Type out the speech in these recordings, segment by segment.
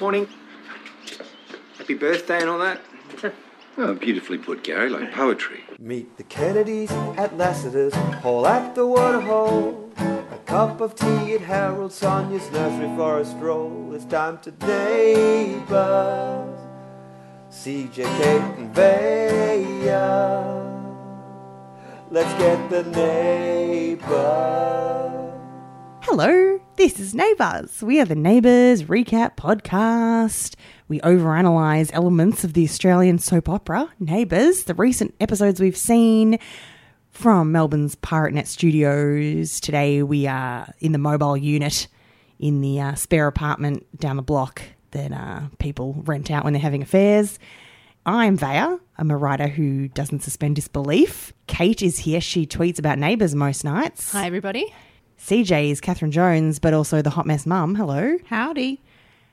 morning. Happy birthday and all that. Oh, beautifully put, Gary, like poetry. Meet the Kennedys at Lassiter's, Hall at the Waterhole. A cup of tea at Harold Sonia's nursery for a stroll. It's time to neighbors. CJ, Kate, and Vaya. Let's get the neighbors. Hello, this is Neighbours. We are the Neighbours Recap Podcast. We overanalyze elements of the Australian soap opera, Neighbours, the recent episodes we've seen from Melbourne's PirateNet studios. Today we are in the mobile unit in the uh, spare apartment down the block that uh, people rent out when they're having affairs. I'm Vaya. I'm a writer who doesn't suspend disbelief. Kate is here. She tweets about neighbours most nights. Hi, everybody. CJ is Catherine Jones, but also the hot mess mum. Hello. Howdy.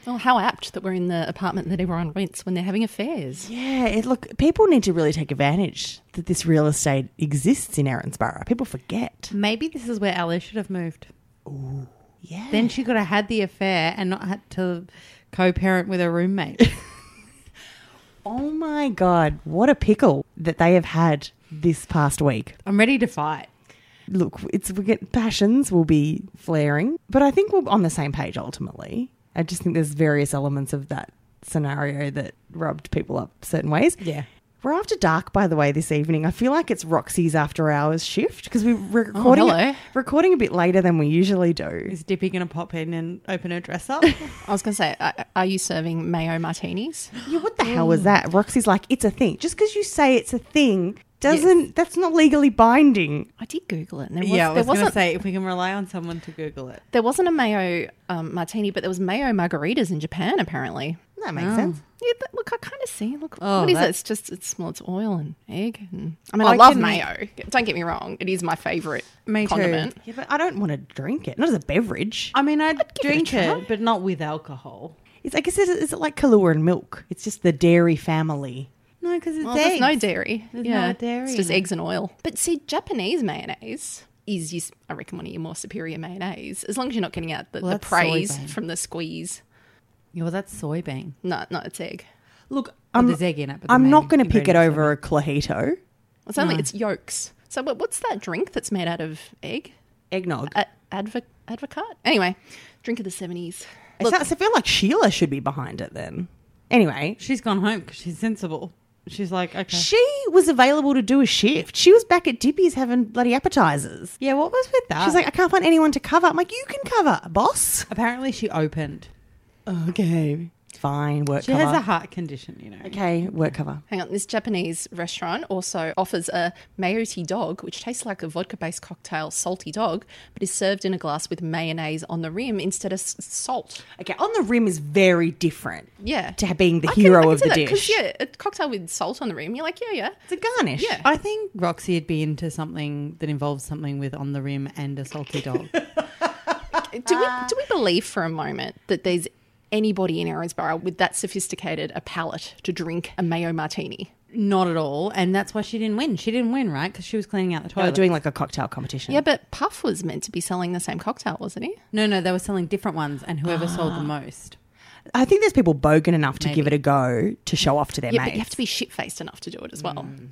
Oh, how apt that we're in the apartment that everyone rents when they're having affairs. Yeah, it, look, people need to really take advantage that this real estate exists in Erinsborough. People forget. Maybe this is where Alice should have moved. Yeah. Then she could have had the affair and not had to co-parent with her roommate. oh my God, what a pickle that they have had this past week. I'm ready to fight. Look, it's we get passions will be flaring, but I think we're on the same page ultimately. I just think there's various elements of that scenario that rubbed people up certain ways. Yeah. We're after dark, by the way, this evening. I feel like it's Roxy's after hours shift because we're recording hello. recording a bit later than we usually do. Oh, Is Dippy going to pop in and open her dress up? I was going to say, are, are you serving mayo martinis? Yeah, what the hell was that? Roxy's like, it's a thing. Just because you say it's a thing doesn't that's not legally binding. I did Google it, and there, was, yeah, I was there going to wasn't say if we can rely on someone to Google it. there wasn't a mayo um, martini, but there was mayo margaritas in Japan apparently. That makes sense. Yeah, but look, I kind of see. Look, Oh, what is it? that- It's just it's well, it's oil and egg. And, I mean, I, I love can- mayo. Don't get me wrong; it is my favorite Me too. condiment. Yeah, but I don't want to drink it. Not as a beverage. I mean, I'd, it a drink try. it, but not with alcohol. It's I guess it's, it's like Kahlua and milk. It's just the dairy family. No, because it's Well, Oh, there's no dairy. There's yeah, no dairy It's just in it. eggs and oil. But see, Japanese mayonnaise is, you, s- I reckon, one of your more superior mayonnaise. As long as you're not getting out the, Well, the that's praise soybean. from the squeeze. Yeah, well, that's soybean. No, no, it's egg. Look, I'm- there's egg in it. But the I'm main not going to pick it ingredient's over a Clojito. It's only it's yolks. So what, what's that drink that's made out of egg? Eggnog. A, advo, advocate. Anyway, drink of the seventies. It sounds, I feel like Sheila should be behind it then. Anyway, soy- She's gone home because she's sensible. She's like, okay. she was available to do a shift. She was back at Dippy's having bloody appetizers. yeah, what was with that? She's like, I can't find anyone to cover. I'm like, you can cover, boss. apparently she opened. Okay. Fine, work She cover. has a heart condition, you know. okay, work cover. Hang on, this Japanese restaurant also offers a mayoti dog, which tastes like a vodka-based cocktail, salty dog, but is served in a glass with mayonnaise on the rim instead of s- salt. Okay, on the rim is very different. Yeah. To being the I can- hero I can of see the that, 'cause, dish. Yeah, a cocktail with salt on the rim. You're like, yeah, yeah. It's a garnish. Yeah. I think Roxy would be into something that involves something with on the rim and a salty dog. Do Ah. we do we believe for a moment that there's anybody in Erinsborough with that sophisticated a palate to drink a mayo martini? Not at all. And that's why she didn't win. She didn't win, right? Because she was cleaning out the Oh, toilet. doing like a cocktail competition. Yeah, but Puff was meant to be selling the same cocktail, wasn't he? no, no, they were selling different ones and whoever sold the most. I think there's people bogan enough to give it a go to show off to their Yeah, mates. but you have to be shit faced enough to do it as well. Mm.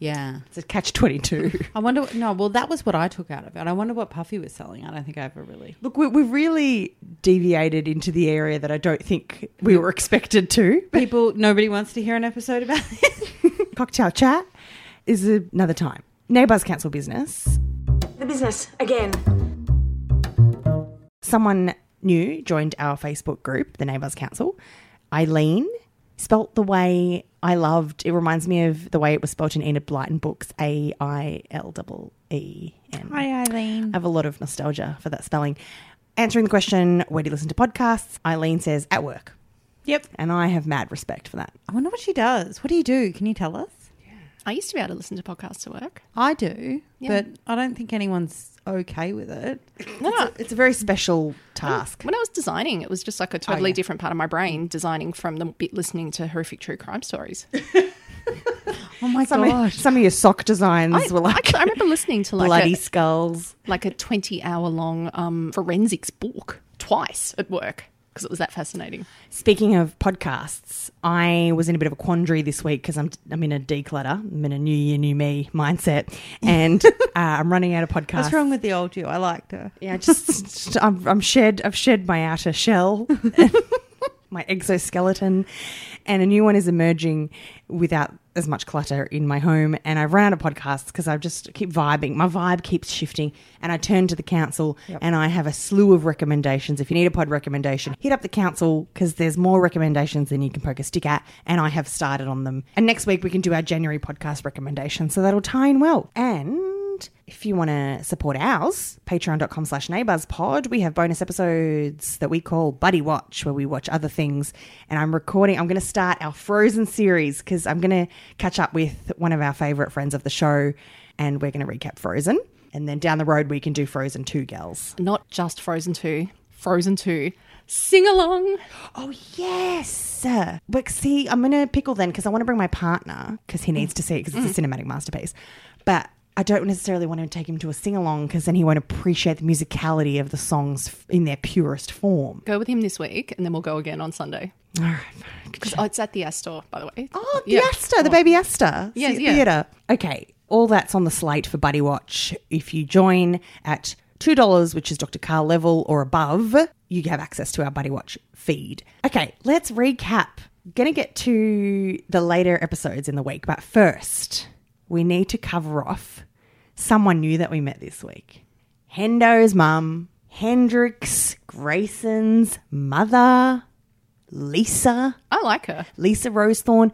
Yeah. It's a catch 22. I wonder, what- no, well, that was what I took out of it. I wonder what Puffy was selling. I don't think I ever really. Look, we, we've really deviated into the area that I don't think we were expected to. People, nobody wants to hear an episode about this. Cocktail chat is another time. Neighbours cancel business. The business again. someone new joined our Facebook group, the Neighbours Council. Eileen, spelt the way I loved. It reminds me of the way it was spelt in Enid Blyton books. A I L double E N. Hi, Eileen. I have a lot of nostalgia for that spelling. Answering the question, where do you listen to podcasts? Eileen says, at work. Yep. And I have mad respect for that. I wonder what she does. What do you do? Can you tell us? I used to be able to listen to podcasts to work. I do, Yeah. but I don't think anyone's okay with it. No, no. It's a, very special task. When I was designing, it was Oh, just like a totally different part of my brain designing from the bit listening to horrific true crime stories. Oh my Some of, some of your sock designs I, were like I, I remember listening to like bloody a, skulls. like a 20 hour long um, forensics book twice at work. because it was that fascinating. Speaking of podcasts, I was in a bit of a quandary this week because I'm I'm in a declutter, I'm in a new year, new me mindset, and uh, I'm running out of podcasts. What's wrong with the old you? I liked her. Yeah, just, just- I'm, I'm shed. I've shed my outer shell, my exoskeleton, and a new one is emerging without as much clutter in my home. And I've run out of podcasts because I just keep vibing. My vibe keeps shifting, and I turn to the council, and I have a slew of recommendations. If you need a pod recommendation, hit up the council because there's more recommendations than you can poke a stick at. And I have started on them. And next week we can do our January podcast recommendations, so that'll tie in well. And and if you want to support ours, patreon.com slash neighborspod, we have bonus episodes that we call Buddy Watch, where we watch other things. And I'm recording, I'm going to start our Frozen series because I'm going to catch up with one of our favorite friends of the show and we're going to recap Frozen. And then down the road, we can do Frozen 2 girls. Not just Frozen 2, Frozen 2. Sing along. Oh, yes. But see, I'm going to pickle then because I want to bring my partner because he needs to see it because it's a cinematic masterpiece. But I don't necessarily want to take him to a sing along because then he won't appreciate the musicality of the songs f- in their purest form. Go with him this week, and then we'll go again on Sunday. All right. Oh, it's at the Astor, by the way. Oh, the Yeah. Astor, the baby Astor. Yeah, the- yeah. Theatre. Okay, all that's on the slate for Buddy Watch. If you join at $2, which is Dr. Carl level or above, you have access to our Buddy Watch feed. Okay, let's recap. Gonna get to the later episodes in the week, but first, we need to cover off someone new that we met this week. Hendo's mum, Hendrix, Grayson's mother, Lisa. I like her. Lisa Rosethorn,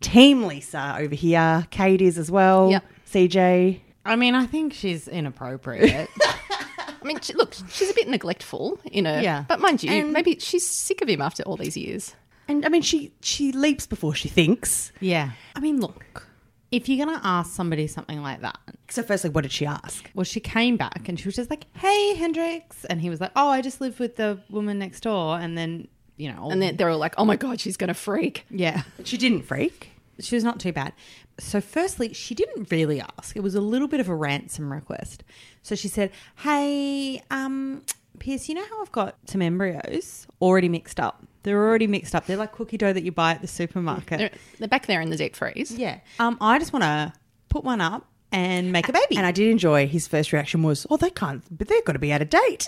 Team Lisa over here. Kate is as well. Yep. CJ. I mean, I think she's inappropriate. I mean, she, look, she's a bit neglectful in her. Yeah. But mind you, And- maybe she's sick of him after all these years. And I mean, she she leaps before she thinks. yeah. I mean, look, if you're going to ask somebody something like that, So, firstly, what did she ask? well, she came back and she was just like, hey, Hendrix. And he was like, oh, I just live with the woman next door. And then, you know, all- And then they're all like, oh my God, she's going to freak. yeah. She didn't freak. she was not too bad. So, firstly, she didn't really ask. It was a little bit of a ransom request. So she said, "Hey, um, Pierce, you know how I've got some embryos already mixed up? They're already mixed up. They're like cookie dough that you buy at the supermarket. They're, they're back there in the deep freeze. yeah. Um, I just want to put one up and make a baby." And I did enjoy his first reaction was, "Oh, they can't. But they're going to be out of date."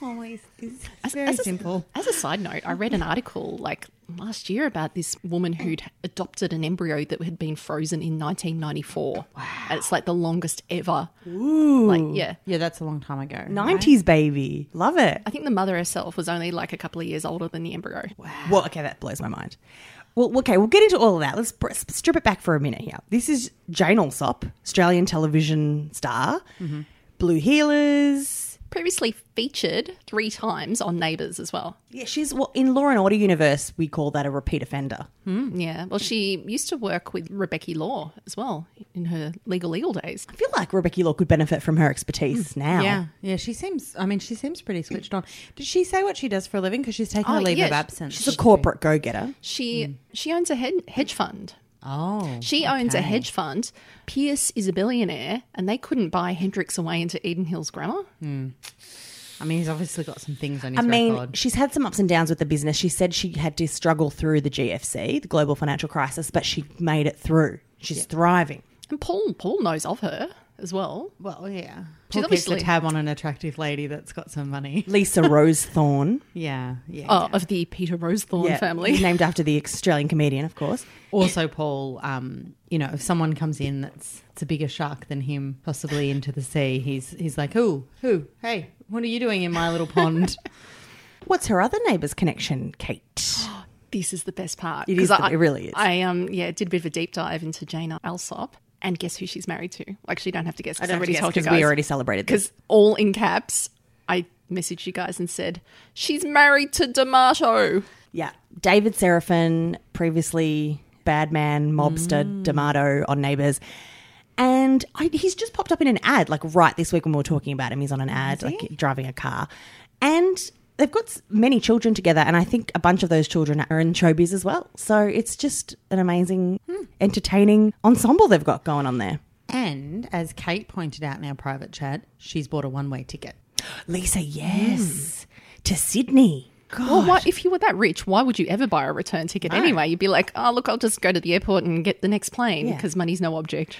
always is a, As a side note, I read an article like last year about this woman who'd adopted an embryo that had been frozen in 1994. Wow. And it's like the longest ever. Ooh. Like, yeah. Yeah, that's a long time ago. Nineties baby, love it. I think the mother herself was only like a couple of years older than the embryo. Well, okay, that blows my mind. Well, okay, we'll get into all of that. Let's br- sp- strip it back for a minute here. This is Jane Alsop, Australian television star, Blue Healers, Previously featured three times on Neighbours as well. Yeah, she's well in Law and Order universe. We call that a repeat offender. Yeah. Well, she used to work with Rebecca Law as well in her legal legal days. I feel like Rebecca Law could benefit from her expertise Hmm, now. Yeah, yeah. She seems. I mean, she seems pretty switched on. Did she say what she does for a living? Because she's taking Oh, a leave yeah, of she- absence. she's a corporate go-getter. She she owns a hed- hedge fund. Oh, She owns a okay. hedge fund. Pierce is a billionaire, and they couldn't buy Hendrix away into Eden Hills Grammar. I mean, he's obviously got some things on his I mean, record. she's had some ups and downs with the business. She said she had to struggle through the GFC, the global financial crisis, but she made it through. She's thriving. And Paul Paul knows of her as well. well, yeah, She's she's obviously- obviously a tab on an attractive lady that's got some money. Lisa Rose Thorne, Yeah, yeah. Oh, of the Peter Rosethorne family. named after the Australian comedian, of course. Also, Paul, um, you know, if someone comes in that's it's a bigger shark than him, possibly into the sea, he's he's like, who, who, hey, what are you doing in my little pond? What's her other neighbour's connection, Kate? This is the best part. It is 'Cause the- I, it really is. I um yeah did a bit of a deep dive into Jane Alsop, and guess who she's married to? Well, actually, you don't have to guess. I already told you because we guys. already celebrated this. because all in caps, I messaged you guys and said, She's married to D'Amato. Yeah. David Seraphin, previously bad man, mobster, D'Amato on Neighbours. And I, he's just popped up in an ad, like right this week when we were talking about him. He's on an ad, like driving a car. And they've got s- many children together. And I think a bunch of those children are in showbiz as well. So it's just an amazing, entertaining ensemble they've got going on there. and as Kate pointed out in our private chat, she's bought a one way ticket. Lisa, yes, Hmm. to Sydney. Well, why, if you were that rich, why would you ever buy a return ticket anyway? You'd be like, oh, look, I'll just go to the airport and get the next plane Yeah. because money's no object.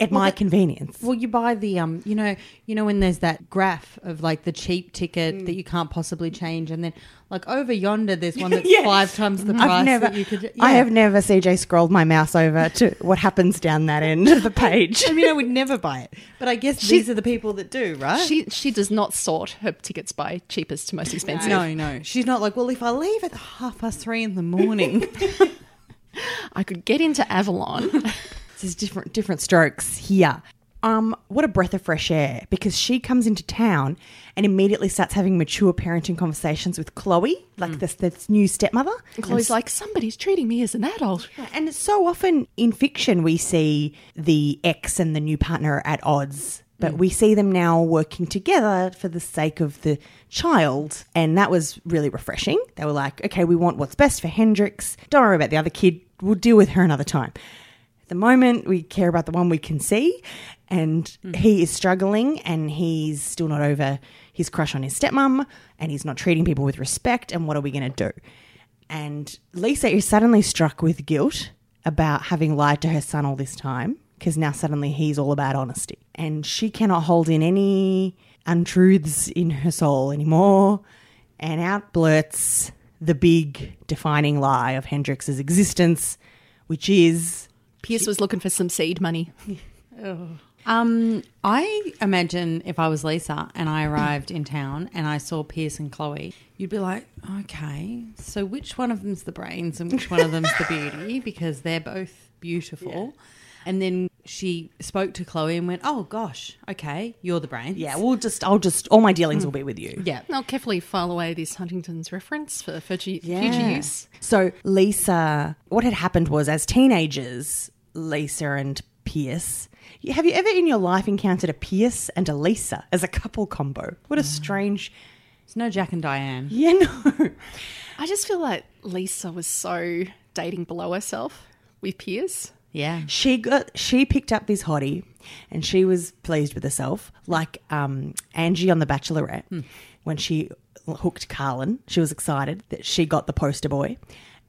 At my convenience. Well, you buy the um, you know, you know when there's that graph of like the cheap ticket Mm. that you can't possibly change, and then like over yonder there's one that's Yeah. five times the price I've never, that you could. I Yeah. have never, CJ, scrolled my mouse over to what happens down that end of the page. I mean, I would never buy it, but I guess these are the people that do, right? She she does not sort her tickets by cheapest to most expensive. no, no, she's not like. Well, if I leave at half past three in the morning, I could get into Avalon. There's different different strokes here. Um, what a breath of fresh air because she comes into town and immediately starts having mature parenting conversations with Chloe, Mm. like this this new stepmother. Chloe's like, somebody's treating me as an adult. And it's so often in fiction we see the ex and the new partner are at odds, but we see them now working together for the sake of the child. And that was really refreshing. They were like, okay, we want what's best for Hendrix. Don't worry about the other kid. We'll deal with her another time. At the moment, we care about the one we can see. And he is struggling and he's still not over his crush on his stepmom and he's not treating people with respect. And what are we going to do? And Lisa is suddenly struck with guilt about having lied to her son all this time because now suddenly he's all about honesty. And she cannot hold in any untruths in her soul anymore. And out blurts the big defining lie of Hendrix's existence, which is Pierce was looking for some seed money. Um, I imagine if I was Lisa and I arrived in town and I saw Pierce and Chloe, you'd be like, okay, so which one of them's the brains and which one of them's the beauty? Because they're both beautiful. And then she spoke to Chloe and went, oh gosh, okay, you're the brains. yeah, we'll just, I'll just, all my dealings will be with you. Yeah. I'll carefully file away this Huntington's reference for future, future Yeah. use. So Lisa, what had happened was as teenagers, Lisa and Pierce. you- Have you ever in your life encountered a Pierce and a Lisa as a couple combo? What a strange. It's no Jack and Diane. Yeah, no. I just feel like Lisa was so dating below herself with Pierce. Yeah. She got she picked up this hottie, and she was pleased with herself, like um, Angie on The Bachelorette Hmm. when she hooked Carlin. She was excited that she got the poster boy,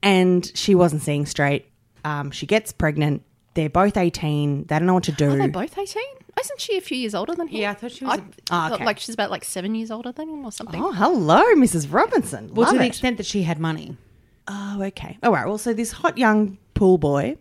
and she wasn't seeing straight. Um, she gets pregnant. They're both eighteen. They don't know what to do. Are they both 18? Isn't she a few years older than him? Yeah, I thought she was a- Ah, thought, okay. Like she's about like seven years older than him or something. Oh, hello, Mrs. Robinson. Well, Love to the it. extent that she had money. oh, okay. All right. Well, so this hot young pool boy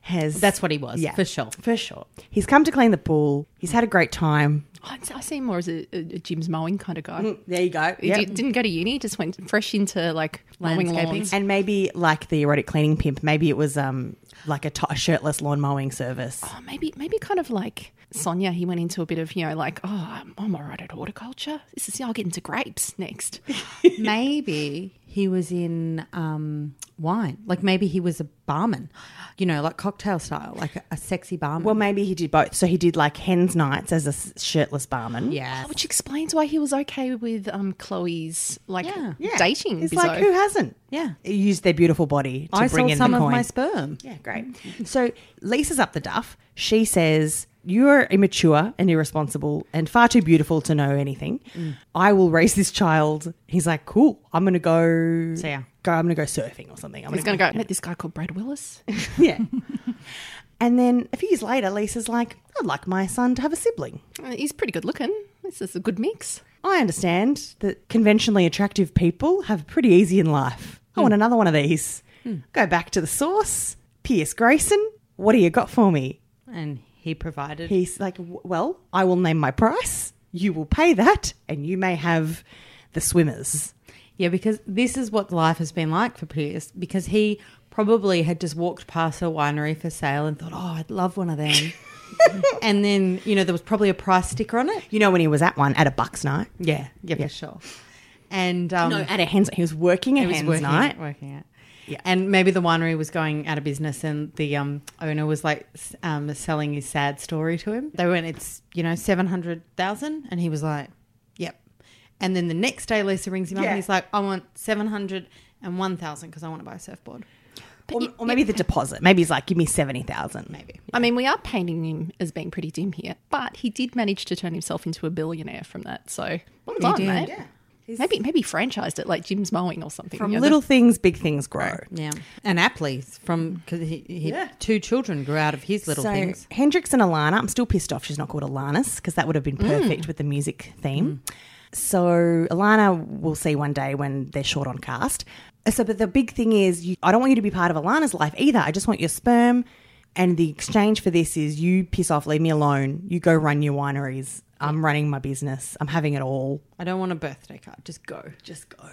has. Hmm. That's what he was, Yeah. for sure. For sure. He's come to clean the pool. He's had a great time. I, I see him more as a, a, a Jim's mowing kind of guy. Mm, There you go. He di- didn't go to uni, just went fresh into like mowing Landscaping. lawns. And maybe like the erotic cleaning pimp, maybe it was um like a to- a shirtless lawn mowing service. Oh, maybe, maybe kind of like Sonia, he went into a bit of, you know, like, oh, I'm, I'm all right at horticulture. This is, I'll get into grapes next. maybe he was in um, wine. Like maybe he was a barman, you know, like cocktail style, like a, a sexy barman. Well, maybe he did both. So he did like hen's nights as a s- shirtless barman. yeah. Which explains why he was okay with um, Chloe's like Yeah. Yeah. dating. It's bizzo. like who hasn't? Yeah. Used their beautiful body to I bring sold in some the of coin. my sperm. Yeah, great. So Lisa's up the duff. She says, You're immature and irresponsible and far too beautiful to know anything. Mm. I will raise this child. He's like, Cool. I'm going to go. So, yeah. Go, I'm going to go surfing or something. I'm He's going to go, I met this guy called Brad Willis. Yeah. and then a few years later, Lisa's like, I'd like my son to have a sibling. Uh, He's pretty good looking. This is a good mix. I understand that conventionally attractive people have it pretty easy in life. I want another one of these. Go back to the source. Pierce Grayson, what do you got for me? And he provided. He's like, "W- well, I will name my price. You will pay that, and you may have the swimmers. yeah, because this is what life has been like for Pierce because he probably had just walked past a winery for sale and thought, oh, I'd love one of them. and then, you know, there was probably a price sticker on it. You know when he was at one at a bucks night. Yeah. Yeah, for sure. And um, No, at a hens. He was working a It was hens working night. it, working it. Yeah. And maybe the winery was going out of business and the um, owner was like s- um, selling his sad story to him. They went, it's, you know, 700,000. And he was like, yep. And then the next day, Lisa rings him up Yeah. and he's like, I want 701,000 because I want to buy a surfboard. Or, or maybe the deposit. Maybe he's like, give me seventy thousand. Maybe. I mean, we are painting him as being pretty dim here, but he did manage to turn himself into a billionaire from that. So well done, mate. Maybe maybe franchised it like Jim's mowing or something. From you know, little things, big things grow. Yeah, and aptly from because he, he two children grew out of his little so things. Hendrix and Alana. I'm still pissed off she's not called Alanis because that would have been perfect with the music theme. So Alana, we'll see one day when they're short on cast. So, but the big thing is, you, I don't want you to be part of Alana's life either. I just want your sperm, and the exchange for this is you piss off, leave me alone. You go run your wineries. I'm running my business. I'm having it all. I don't want a birthday card. Just go. Just go.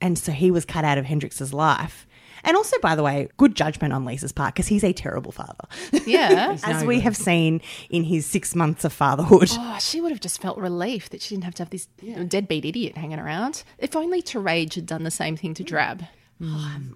And so he was cut out of Hendrix's life. And also, by the way, good judgment on Lisa's part because he's a terrible father. the- yeah. As we have seen in his six months of fatherhood. Oh, she would have just felt relief that she didn't have to have this deadbeat idiot hanging around. If only Terage had done the same thing Mm. to Drab.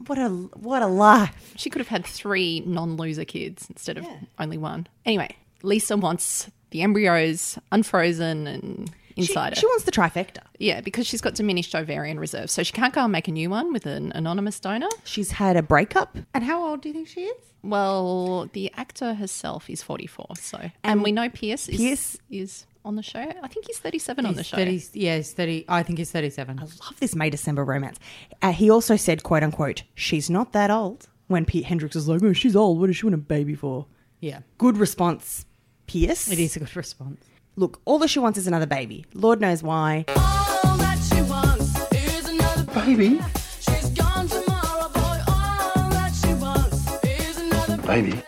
What a what a life. She could have had three non loser kids instead of only one. Anyway, Lisa wants the embryos unfrozen and She, inside her. she wants the trifecta. yeah, because she's got diminished ovarian reserve. So she can't go and make a new one with an anonymous donor. She's had a breakup. And how old do you think she is? Well, the actor herself is 44. So, and, we know Pierce is, Pierce- is on the show. I think he's 37 on the He's show. 30, yeah, he's 30. I think he's 37. Love this May December romance. Uh, he also said, quote unquote, she's not that old. When Pete Hendricks is like, oh, she's old. What does she want a baby for? Yeah. Good response, Pierce. It is a good response. Look, all that she wants is another baby. Lord knows why. All that she wants is another Baby, She's gone tomorrow, boy. All that she wants is another baby.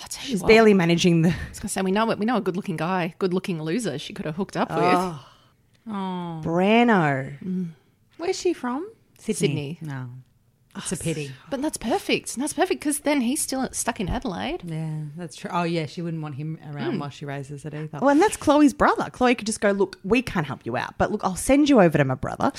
I'll tell you what. Barely managing the. I was going to say, we know, it. we know a good looking guy, good looking loser she could have hooked up with. Oh. Brano. Where's she from? Sydney. No. It's a pity. But that's perfect. That's perfect because then he's still stuck in Adelaide. Yeah, that's true. Oh, yeah, she wouldn't want him around while she raises it either. Well, Oh, and that's Chloe's brother. Chloe could just go, look, we can't help you out, but look, I'll send you over to my brother.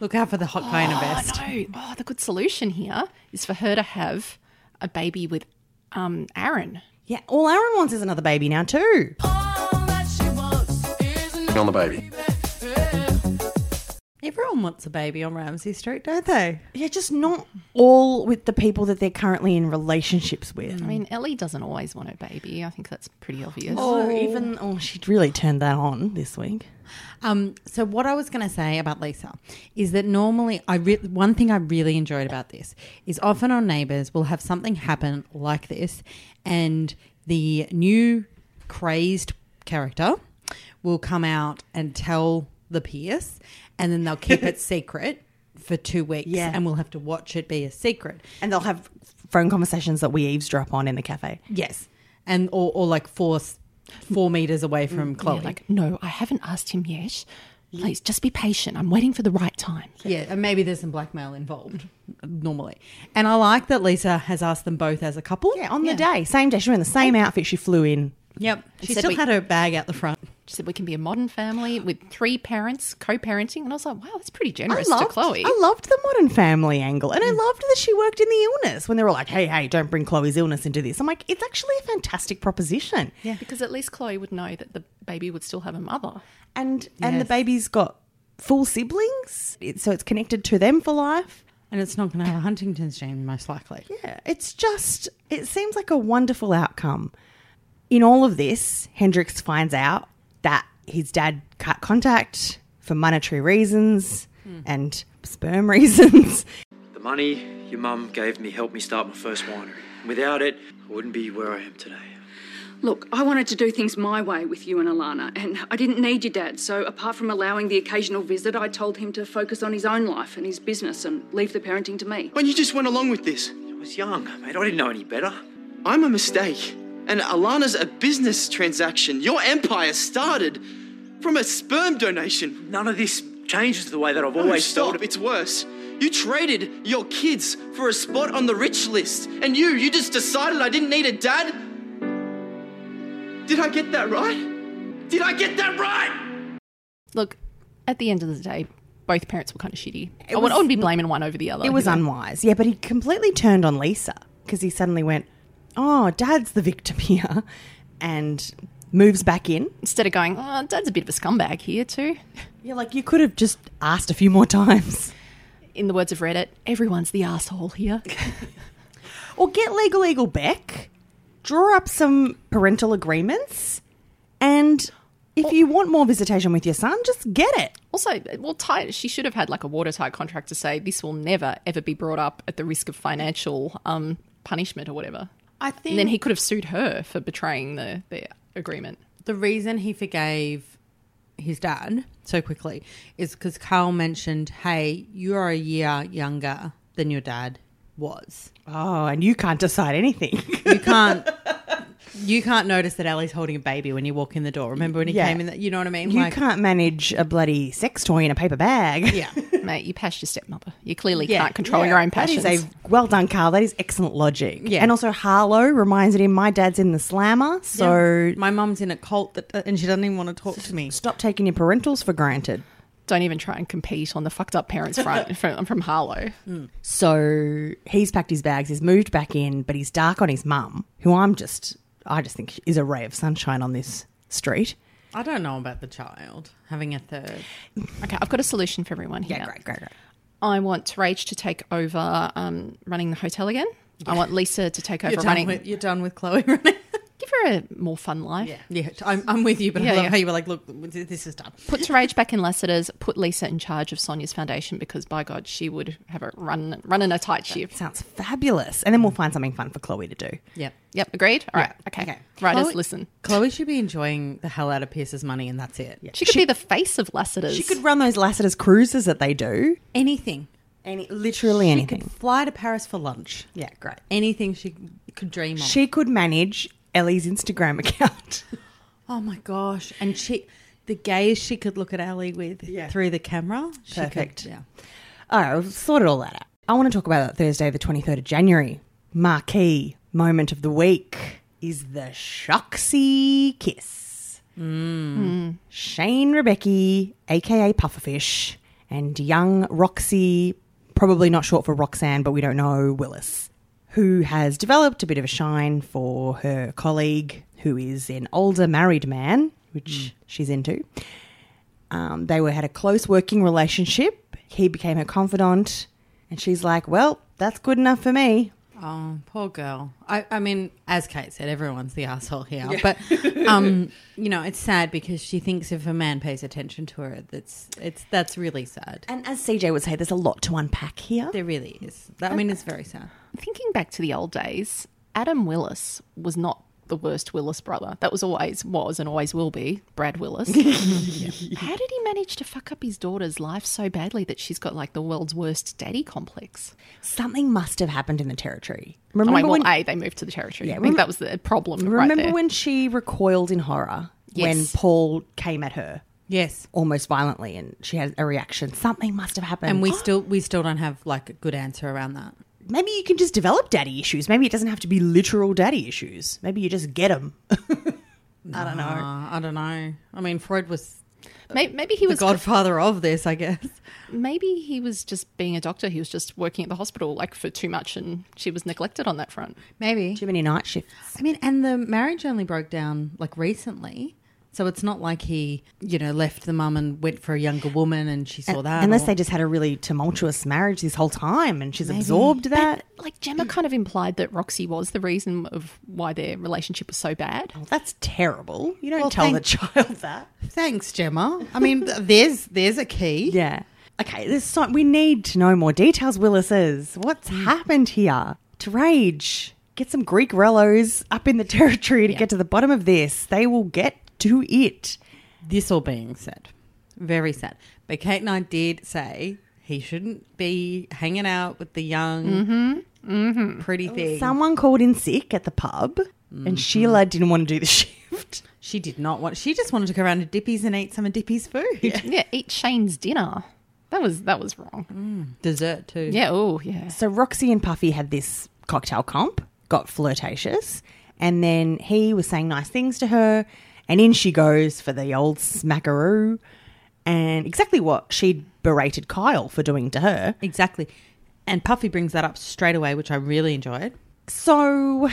Look out for the hot guy in a vest. No. Oh, the good solution here is for her to have a baby with um, Aaron. Yeah, all Aaron wants is another baby now, too. All that she wants is another On the baby. Everyone wants a baby on Ramsey Street, don't they? Yeah, just not all with the people that they're currently in relationships with. I mean, Ellie doesn't always want a baby. I think that's pretty obvious. Oh, even oh, she really turned that on this week. Um, so what I was going to say about Lisa is that normally I re- one thing I really enjoyed about this is often on Neighbours we'll have something happen like this, and the new crazed character will come out and tell the Pierce, and then they'll keep it secret for two weeks, Yeah. and we'll have to watch it be a secret. And they'll have phone conversations that we eavesdrop on in the cafe. Yes, and or, or like four s- four meters away from Chloe. You're like, no, I haven't asked him yet. Please just be patient. I'm waiting for the right time. Yeah, and maybe there's some blackmail involved normally. And I like that Lisa has asked them both as a couple. Yeah, on the day, same day, she was in the same outfit she flew in. Yep. She said still we- had her bag out the front. She said we can be a modern family with three parents co-parenting, and I was like, wow, that's pretty I generous to loved, Chloe. I loved the modern family angle, and I loved that she worked in the illness when they were like, "Hey, hey, don't bring Chloe's illness into this." I'm like, it's actually a fantastic proposition, Yeah, because at least Chloe would know that the baby would still have a mother. and and the Yes. baby's got full siblings, it, so it's connected to them for life. And it's not going to have a Huntington's gene, most likely. Yeah, it's just, it seems like a wonderful outcome. In all of this, Hendrix finds out that his dad cut contact for monetary reasons and sperm reasons. The money your mum gave me helped me start my first winery. Without it, I wouldn't be where I am today. Look, I wanted to do things my way with you and Alana, and I didn't need your dad, so apart from allowing the occasional visit, I told him to focus on his own life and his business and leave the parenting to me. When you just went along with this, I was young, mate. I didn't know any better. I'm a mistake. And Alana's a business transaction. Your empire started from a sperm donation. None of this changes the way that I've always stop. thought. It's worse. You traded your kids for a spot on the rich list. And you, you just decided I didn't need a dad? Did I get that right? Did I get that right? Look, at the end of the day, both parents were kind of shitty. I, would, I wouldn't be blaming one over the other. It was unwise. Yeah, but he completely turned on Lisa because he suddenly went, Oh, dad's the victim here, and moves back in. Instead of going, oh, dad's a bit of a scumbag here too. Yeah, like you could have just asked a few more times. In the words of Reddit, everyone's the asshole here. Or get Legal Eagle back, draw up some parental agreements, and If you want more visitation with your son, just get it. Also, well, Ty, she should have had like a watertight contract to say this will never ever be brought up at the risk of financial um, punishment or whatever. I And then he could have sued her for betraying the, the agreement. the reason he forgave his dad so quickly is because Carl mentioned, "Hey, you are a year younger than your dad was. Oh, and you can't decide anything. You can't." You can't notice that Ellie's holding a baby when you walk in the door. Remember when he Yeah. came in? The, you know what I mean? You Like- can't manage a bloody sex toy in a paper bag. Yeah. Mate, you passed your stepmother. You clearly Yeah, can't control yeah. your own That is passions. a well done, Carl. That is excellent logic. Yeah. And also Harlow reminded him my dad's in the slammer, so Yeah. my mum's in a cult that, uh, and she doesn't even want to talk to me. Stop taking your parentals for granted. Don't even try and compete on the fucked up parents front from, from Harlow. So he's packed his bags, he's moved back in, but he's dark on his mum, who I'm just I just think is a ray of sunshine on this street. I don't know about the child having a third. Okay, I've got a solution for everyone here. Yeah, great, great, great. I want Terage to take over um, running the hotel again. I want Lisa to take over You're done, running. with, you're done with Chloe running. Give her a more fun life. Yeah, yeah. I'm, I'm with you, but Yeah, I love yeah. how you were like, "Look, this is done." Put Terage back in Lassiter's. Put Lisa in charge of Sonia's foundation because, by God, she would have a run running a tight ship. Sounds fabulous. And then we'll find something fun for Chloe to do. Yep. Yep. Agreed. All right. Okay. Right. Writers, Chloe- listen. Chloe should be enjoying the hell out of Pierce's money, and that's it. She could be the face of Lassiter's. She could run those Lassiter's cruises that they do. Anything. Any, Literally she anything. Could fly to Paris for lunch. Yeah, great. Anything she could dream of. She could manage Ellie's Instagram account. oh my gosh! And she, the gaze she could look at Ellie with through the camera. she could- Perfect. yeah. All right, we've sorted all that out. I want to talk about that Thursday, the 23rd of January. Marquee moment of the week is the Shoxy kiss. Mm. Shane Rebecca, aka Pufferfish, and young Roxy, probably not short for Roxanne, but we don't know, Willis, who has developed a bit of a shine for her colleague, who is an older married man, which she's into. Um, they were had a close working relationship. He became her confidant, and she's like, "Well, that's good enough for me." Oh, poor girl. I, I mean, as Kate said, everyone's the asshole here. But um, you know, it's sad because she thinks if a man pays attention to her, that's it's that's really sad. And as CJ would say, there's a lot to unpack here. There really is. That, I mean, it's very sad. Thinking back to the old days, Adam Willis was not the worst Willis brother. That was always was and always will be Brad Willis. How did he manage to fuck up his daughter's life so badly that she's got like the world's worst daddy complex? Something must have happened in the territory. Remember Remember well, when? A, they moved to the territory. Yeah, I think remem- that was the problem. remember right there. when she recoiled in horror when Yes. Paul came at her Yes. almost violently, and she had a reaction. Something must have happened. And we still we still don't have like a good answer around that. maybe you can just develop daddy issues. Maybe it doesn't have to be literal daddy issues. Maybe you just get them. I don't know. Uh, I don't know. I mean, Freud was May- maybe, he the was godfather of this, I guess. maybe he was just being a doctor. He was just working at the hospital like for too much, and she was neglected on that front. Maybe. Too many night shifts. I mean, and the marriage only broke down like recently. So it's not like he, you know, left the mum and went for a younger woman and she saw that. Unless or- they just had a really tumultuous marriage this whole time and she's absorbed that. Like Gemma kind of implied that Roxy was the reason of why their relationship was so bad. Oh, that's terrible. You don't Well, tell the thank- child that. Thanks, Gemma. I mean, th- there's there's a key. Yeah. Okay, there's so we need to know more details, Willis says. What's Mm. happened here? To rage. Get some Greek rellos up in the territory to get to the bottom of this. They will get to it. This all being said, very sad. But Kate and I did say he shouldn't be hanging out with the young, pretty thing. Someone called in sick at the pub Mm-hmm. and Sheila didn't want to do the shift. she did not want. She just wanted to go around to Dippy's and eat some of Dippy's food. Yeah, eat Shane's dinner. That was that was wrong. Mm. Dessert too. Yeah. Oh, yeah. So Roxy and Puffy had this cocktail comp, got flirtatious, and then he was saying nice things to her, and in she goes for the old smackaroo, and exactly what she'd berated Kyle for doing to her. exactly. And Puffy brings that up straight away, which I really enjoyed. So,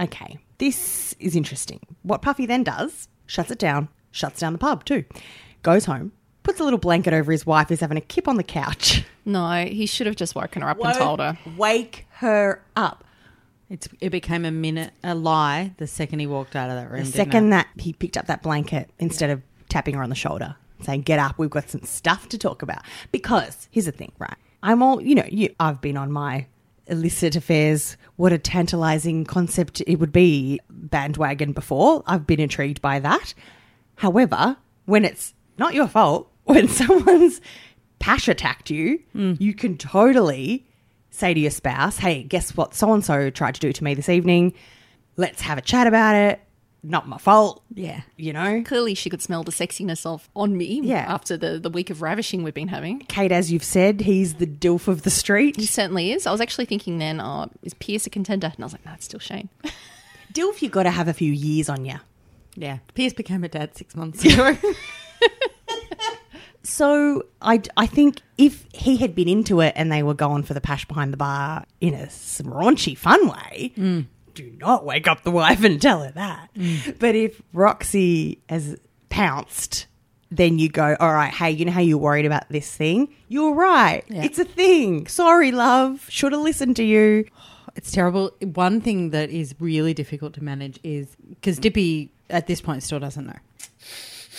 okay, this is interesting. What Puffy then does, shuts it down, shuts down the pub too, goes home, puts a little blanket over his wife who's having a kip on the couch. No, he should have just woken her up and told her. Wake her up. It's, it became a minute a lie the second he walked out of that room. The didn't second it? that he picked up that blanket instead of tapping her on the shoulder, saying, Get up, we've got some stuff to talk about. Because here's the thing, right? I'm all, you know, you, I've been on my illicit affairs, what a tantalizing concept it would be bandwagon before. I've been intrigued by that. However, when it's not your fault, when someone's pash attacked you, you can totally say to your spouse, hey, guess what? So and so tried to do to me this evening. Let's have a chat about it. Not my fault. Yeah. You know? Clearly, she could smell the sexiness of on me yeah. after the, the week of ravishing we've been having. Kate, as you've said, he's the dilf of the street. He certainly is. I was actually thinking then, oh, is Pierce a contender? And I was like, no, it's still Shane. Dilf, you got to have a few years on you. Yeah. Pierce became a dad six months ago. So I, I think if he had been into it and they were going for the pash behind the bar in a s- raunchy, fun way, do not wake up the wife and tell her that. But if Roxy has pounced, then you go, all right, hey, you know how you're worried about this thing? You're right. It's a thing. Sorry, love. Should have listened to you. It's terrible. One thing that is really difficult to manage is because Dippy at this point still doesn't know.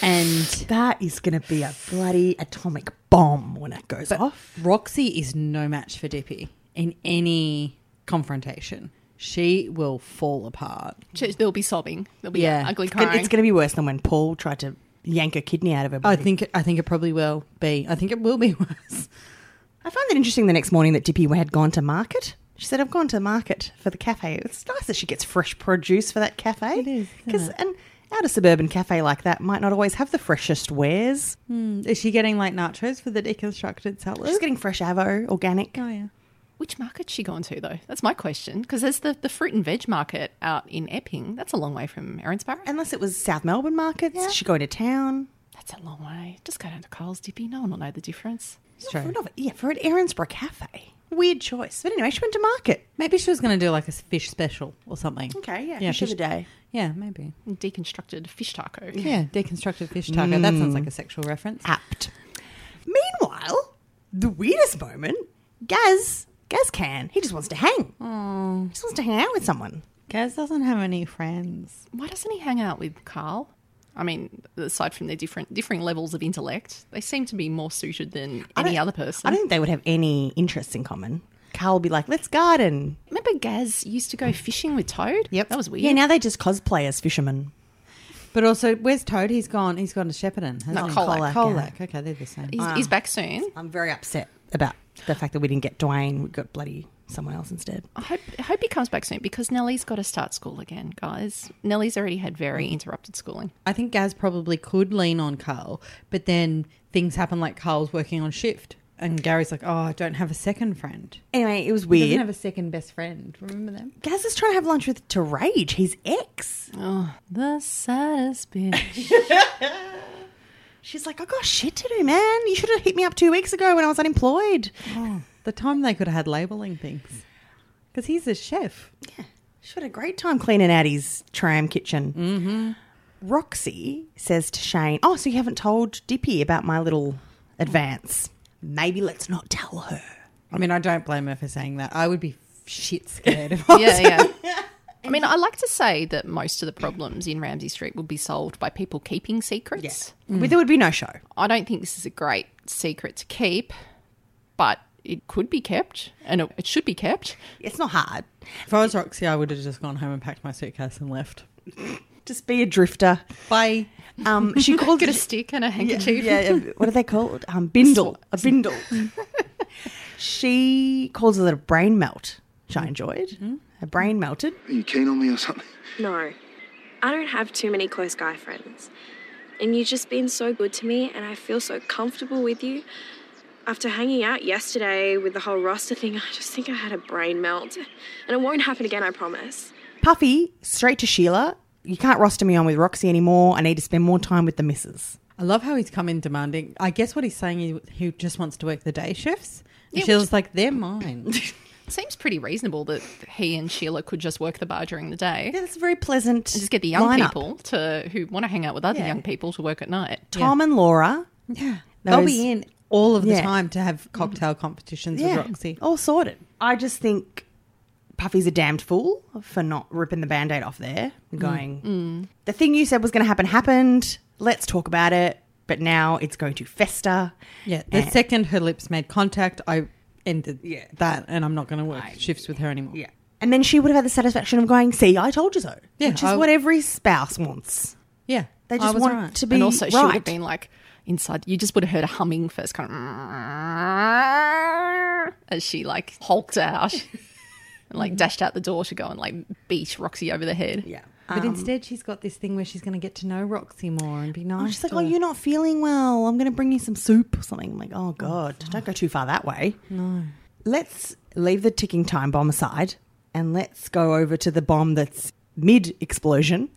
And that is going to be a bloody atomic bomb when it goes off. Roxy is no match for Dippy in any confrontation. She will fall apart. There'll be sobbing. There'll be Yeah. ugly It's gonna- crying. It's going to be worse than when Paul tried to yank a kidney out of her I body. think I think it probably will be. I think it will be worse. I found it interesting the next morning that Dippy had gone to market. She said, I've gone to market for the cafe. It's nice that she gets fresh produce for that cafe. It is. Because an outer suburban cafe like that might not always have the freshest wares. Hmm. Is she getting like nachos for the deconstructed salad? She's getting fresh avo, organic. Oh, yeah. Which market's she gone to, though? That's my question. Because there's the, the fruit and veg market out in Epping. That's a long way from Erinsborough. Unless it was South Melbourne markets. She go into town. That's a long way. Just go down to Coles Dippy. No one will know the difference. It's true. Not- Yeah, for an Erinsborough cafe. Weird choice. But anyway, she went to market. Maybe she was going to do like a fish special or something. Okay, yeah. Yeah, fish of the fish- day. Yeah, maybe. Deconstructed fish taco. Yeah, deconstructed fish taco. That sounds Mm. like a sexual reference. Apt. Meanwhile, the weirdest moment, Gaz, Gaz can. He just wants to hang. Oh. He just wants to hang out with someone. Gaz doesn't have any friends. Why doesn't he hang out with Carl? I mean, aside from their different differing levels of intellect, they seem to be more suited than any other person. I don't think they would have any interests in common. Carl would be like, let's garden. Remember Gaz used to go fishing with Toad? Yep. That was weird. Yeah, now they just cosplay as fishermen. But also, where's Toad? He's gone. He's gone to Shepparton. hasn't No, he? Colac. Colac. Okay, they're the same. he's, he's back soon. I'm very upset about the fact that we didn't get Dwayne. We got bloody someone else instead. I hope, I hope he comes back soon because Nellie's got to start school again, guys. Nellie's already had very interrupted schooling. I think Gaz probably could lean on Carl, but then things happen like Carl's working on shift, and Gary's like, "Oh, I don't have a second friend. Anyway, it was He doesn't weird. have a second best friend. Remember them? Gaz is trying to have lunch with Terage, his ex. Oh, The saddest bitch. She's like, I got shit to do, man. You should have hit me up two weeks ago when I was unemployed. Oh. The time they could have had labeling things, because he's a chef. She had a great time cleaning out his tram kitchen. Mm-hmm. Roxy says to Shane, Oh, so you haven't told Dippy about my little advance. Maybe let's not tell her. I mean, I don't blame her for saying that. I would be shit scared if I yeah, yeah. I mean, I like to say that most of the problems in Ramsey Street would be solved by people keeping secrets. Well, There would be no show. I don't think this is a great secret to keep, but it could be kept and it, it should be kept. It's not hard. If I was Roxy, I would have just gone home and packed my suitcase and left. Just be a drifter. Bye. Um, she called Get it a a stick and a handkerchief. yeah, yeah, what are they called? Um, bindle. A bindle. she calls it a brain melt, which I enjoyed. Her brain melted. Are you keen on me or something? No, I don't have too many close guy friends. And you've just been so good to me, and I feel so comfortable with you. After hanging out yesterday with the whole roster thing, I just think I had a brain melt. And it won't happen again, I promise. Puffy, straight to Sheila. You can't roster me on with Roxy anymore. I need to spend more time with the missus. I love how he's come in demanding. I guess what he's saying is he just wants to work the day shifts. And Yeah, she was which- like, they're mine. Seems pretty reasonable that he and Sheila could just work the bar during the day. Yeah, that's very pleasant. Just get the young lineup. people to who want to hang out with other young people to work at night. Tom and Laura. yeah. They'll Those- be in all of the Yeah. Mm. time to have cocktail competitions Yeah, with Roxy. all sorted. I just think Puffy's a damned fool for not ripping the band aid off there and going, Mm. the thing you said was going to happen happened. Let's talk about it. But now it's going to fester. Yeah, the And- second her lips made contact, I ended Yeah. that, and I'm not going to work shifts with her anymore. Yeah, And then she would have had the satisfaction of going, see, I told you so. Yeah, Which is I- what every spouse wants. yeah. They I just was want right. to be and also she would right. have been like inside. You just would have heard a humming first, kind of as she like hulked out and like dashed out the door to go and like beat Roxy over the head. Yeah, But Um, instead, she's got this thing where she's going to get to know Roxy more and be nice. Oh, she's like, to oh, her. you're not feeling well. I'm going to bring you some soup or something. I'm like, oh, God, don't go too far that way. No. Let's leave the ticking time bomb aside and let's go over to the bomb that's mid explosion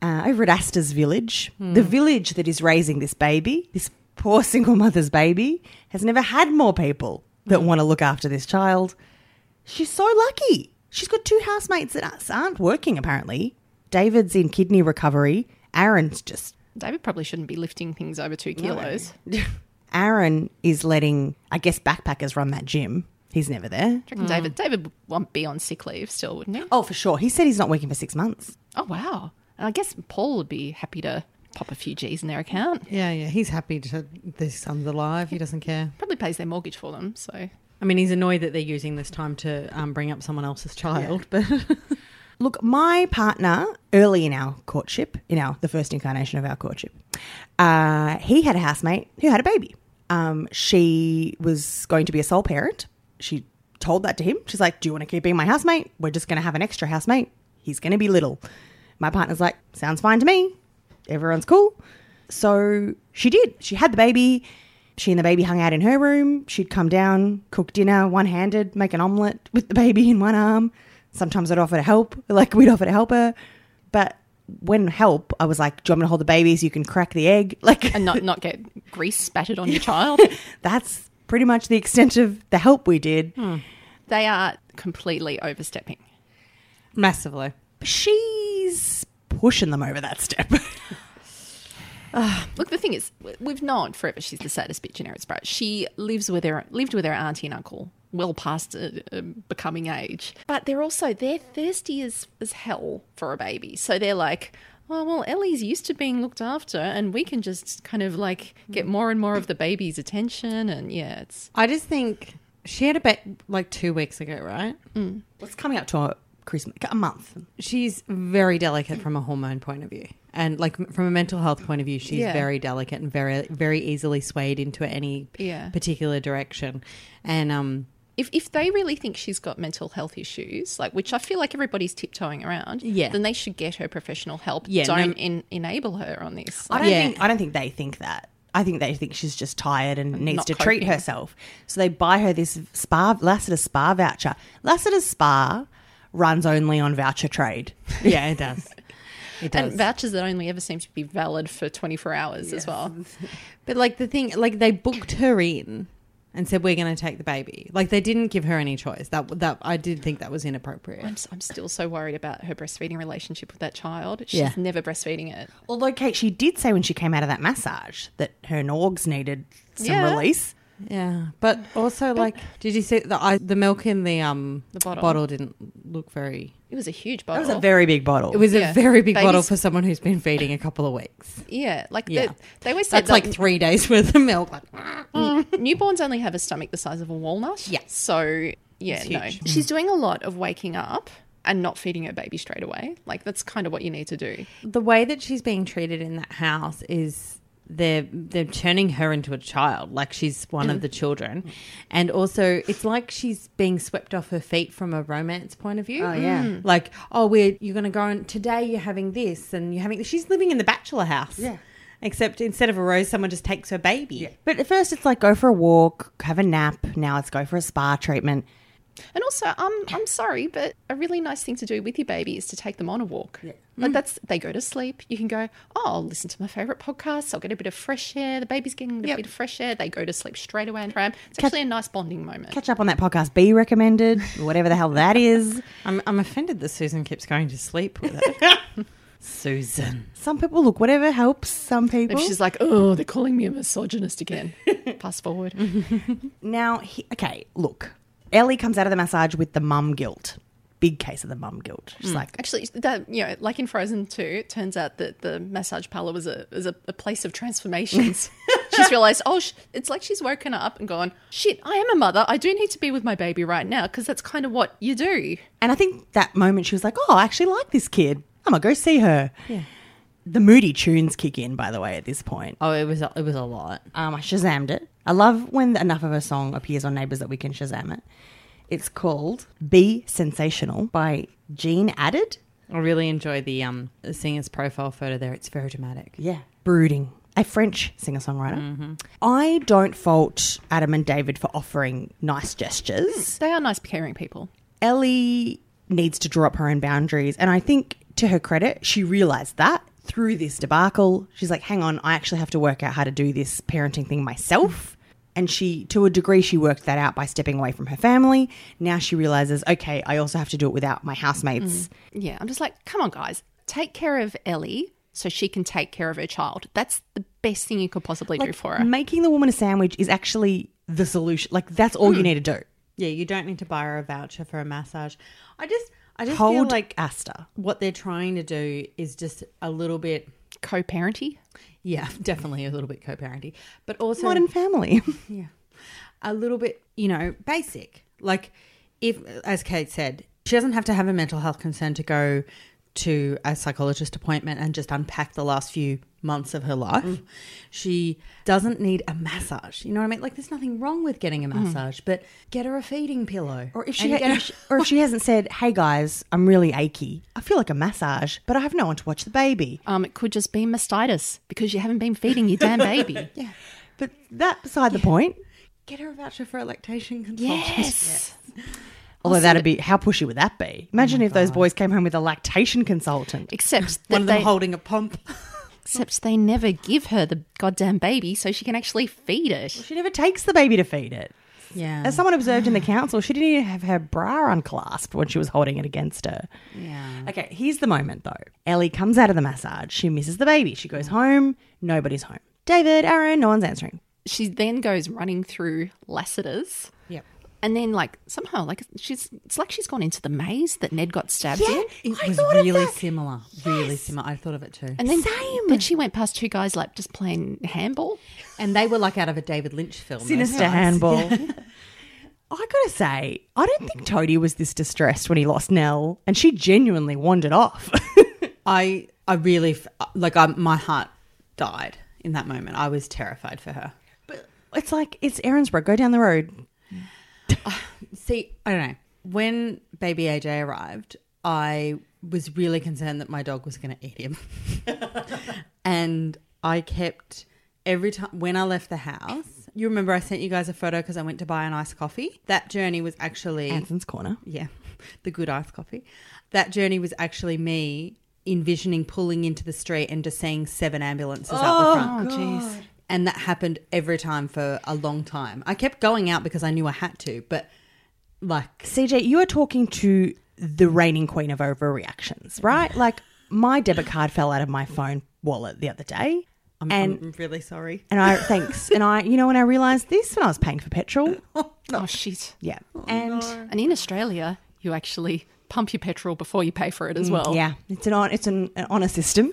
uh, over at Asta's village. The village that is raising this baby, this poor single mother's baby, has never had more people that want to look after this child. She's so lucky. She's got two housemates that us- aren't working, apparently. David's in kidney recovery. Aaron's just David probably shouldn't be lifting things over two kilos. Aaron is letting, I guess, backpackers run that gym. He's never there. I reckon David David won't be on sick leave still, wouldn't he? Oh, for sure. He said he's not working for six months. Oh wow! And I guess Paul would be happy to pop a few G's in their account. Yeah, yeah. He's happy to. This son's alive. He doesn't care. Probably pays their mortgage for them. So I mean, he's annoyed that they're using this time to um, bring up someone else's child, but Look, my partner early in our courtship, in our the first incarnation of our courtship, uh, he had a housemate who had a baby. Um, she was going to be a sole parent. She told that to him. She's like, "Do you want to keep being my housemate? We're just going to have an extra housemate. He's going to be little." My partner's like, "Sounds fine to me. Everyone's cool." So she did. She had the baby. She and the baby hung out in her room. She'd come down, cook dinner one handed, make an omelette with the baby in one arm. Sometimes I'd offer to help, like we'd offer to help her. But when help, I was like, Do you want me to hold the baby so you can crack the egg? Like, and not not get grease spattered on your child. that's pretty much the extent of the help we did. They are completely overstepping. massively. She's pushing them over that step. Look, the thing is, we- we've known forever she's the saddest bitch in Eric's Borough. She lives with her lived with her auntie and uncle well past uh, um, becoming age, but they're also they're thirsty as as hell for a baby. So they're like. Oh, well, Ellie's used to being looked after, and we can just kind of like get more and more of the baby's attention. And yeah, it's I just think she had a bet like two weeks ago, right? What's coming up to our Christmas? A month. She's very delicate from a hormone point of view. And like m- from a mental health point of view, she's Yeah. very delicate and very, very easily swayed into any Yeah. particular direction. And um, if if they really think she's got mental health issues, like which I feel like everybody's tiptoeing around, Yeah. then they should get her professional help. Yeah, no- don't en- enable her on this. I don't Yeah. think I don't think they think that. I think they think she's just tired and needs Not to treat coping. herself. So they buy her this spa Lassiter spa voucher. Lassiter spa runs only on voucher trade. yeah, it does. It does. and vouchers that only ever seem to be valid for 24 hours as well. But like the thing, like they booked her in and said we're going to take the baby. Like they didn't give her any choice. That that I did think that was I'm, inappropriate. s- I'm still so worried about her breastfeeding relationship with that child. She's Yeah. never breastfeeding it. Although Kate, she did say when she came out of that massage that her norgs needed some Yeah. release. Yeah, but also like, did you see the I, the milk in the um the bottle. didn't look very. It was a huge That bottle. was a very big bottle. It was Yeah. a very big bottle Babies- for someone who's been feeding a couple of weeks. yeah, like Yeah. They, they always say That's that like three days worth of milk. Like, newborns only have a stomach the size of a walnut. Yeah. So yeah, no. huge. She's doing a lot of waking up and not feeding her baby straight away. Like that's kind of what you need to do. the way that she's being treated in that house is they're they're turning her into a child like she's one of the children and also it's like she's being swept off her feet from a romance point of view oh yeah like oh we're you're gonna go and today you're having this and you're having this. she's living in the bachelor house yeah except instead of a rose someone just takes her baby but at first it's like go for a walk, have a nap. Now it's go for a spa treatment. And also, I'm I'm sorry, but a really nice thing to do with your baby is to take them on a walk. Like that's they go to sleep. You can go, oh, I'll listen to my favorite podcast. I'll get a bit of fresh air. The baby's getting a bit of fresh air. They go to sleep straight away and pram. It's actually a nice bonding moment. Catch up on that podcast B recommended, whatever the hell that is. I'm, I'm offended that susan keeps going to sleep with it susan Some people look whatever helps some people. And she's like, oh, they're calling me a misogynist again. Pass forward. Now, he, okay, look. Ellie comes out of the massage with the mum guilt. big case of the mum guilt. She's like, actually, that you know, like in Frozen Two, it turns out that the massage parlor was a is a, a place of transformations. she's realized, oh, sh- it's like she's woken up and gone, shit, I am a mother. I do need to be with my baby right now because that's kind of what you do. and I think that moment she was like, oh, I actually like this kid. I'm gonna go see her. Yeah. The moody tunes kick in, by the way, at this point. Oh, it was a, it was a lot. Um, I shazammed it. I love when enough of a song appears on Neighbours that we can shazam it. It's called "Be Sensational" by Gene Added. I really enjoy the um the singer's profile photo there. It's very dramatic. Yeah. Mm-hmm. Brooding. A French singer songwriter. I don't fault Adam and David for offering nice gestures. They are nice, caring people. Ellie needs to draw up her own boundaries. And I think, to her credit, she realized that through this debacle. She's like, hang on, I actually have to work out how to do this parenting thing myself. And she, to a degree, she worked that out by stepping away from her family. Now she realizes, okay, I also have to do it without my Mm, housemates. Yeah, I'm just like, come on, guys, take care of Ellie so she can take care of her child. That's the best thing you could possibly do Like, for her. Making the woman a sandwich is actually the solution. Like, that's all Mm. you need to do. Yeah, you don't need to buy her a voucher for a massage. I just I just feel Hold like Asta. what they're trying to do is just a little bit Co-parenting. yeah, definitely a little bit co-parenting, but also Modern family. a little bit, you know, basic. Like if as Kate said, she doesn't have to have a mental health concern to go to a psychologist appointment and just unpack the last few months of her life. Mm. She doesn't need a massage. You know what I mean? Like there's nothing wrong with getting a massage, but get her a feeding pillow. Mm-hmm. Or if she, if she- or if she hasn't said, "Hey guys, I'm really achy. I feel like a massage, but I have no one to watch the baby." Um, it could just be mastitis because you haven't been feeding your damn baby. But that beside the point. get her a voucher for a lactation consultant. yes. Oh Although that'd be how pushy would that be? Imagine if those boys came home with a lactation consultant. Except One that of them they, holding a pump. except they never give her the goddamn baby so she can actually feed it. She never takes the baby to feed it. Yeah. As someone observed in the council, she didn't even have her bra unclasped when she was holding it against her. Mm. yeah. Okay, here's the moment though. Ellie comes out of the massage. She misses the baby. She goes home. Nobody's home. David, Aaron, no one's answering. She then goes running through Lassiter's. Yep. And then, like somehow, like she's it's like she's gone into the maze that Ned got stabbed in. It was really similar. Really similar. I thought of it too. And then, then she went past two guys like just playing handball. And they were like out of a David Lynch film. Sinister handball. I gotta say, I don't think Toadie was this distressed when he lost Nell, and she genuinely wandered off. I I really f- like I, my heart died in that moment. I was terrified for her. it's like it's Erinsborough. Go down the road. See, I don't know. When baby AJ arrived, I was really concerned that my dog was going to eat him. and I kept every time when I left the house. You remember I sent you guys a photo because I went to buy an iced coffee. That journey was actually Anson's corner. yeah, the good iced coffee. That journey was actually me envisioning pulling into the street and just seeing seven ambulances out the front. Oh, jeez. And that happened every time for a long time. I kept going out because I knew I had to, but like, CJ, you are talking to the reigning queen of overreactions, right? Like my debit card fell out of my phone wallet the other day. I'm, and I'm really sorry. and I thanks. And I you know when I realized this when I was paying for petrol. Oh shit! Yeah. and And in Australia, you actually pump your petrol before you pay for it as well. yeah, it's an on it's an, an honor system.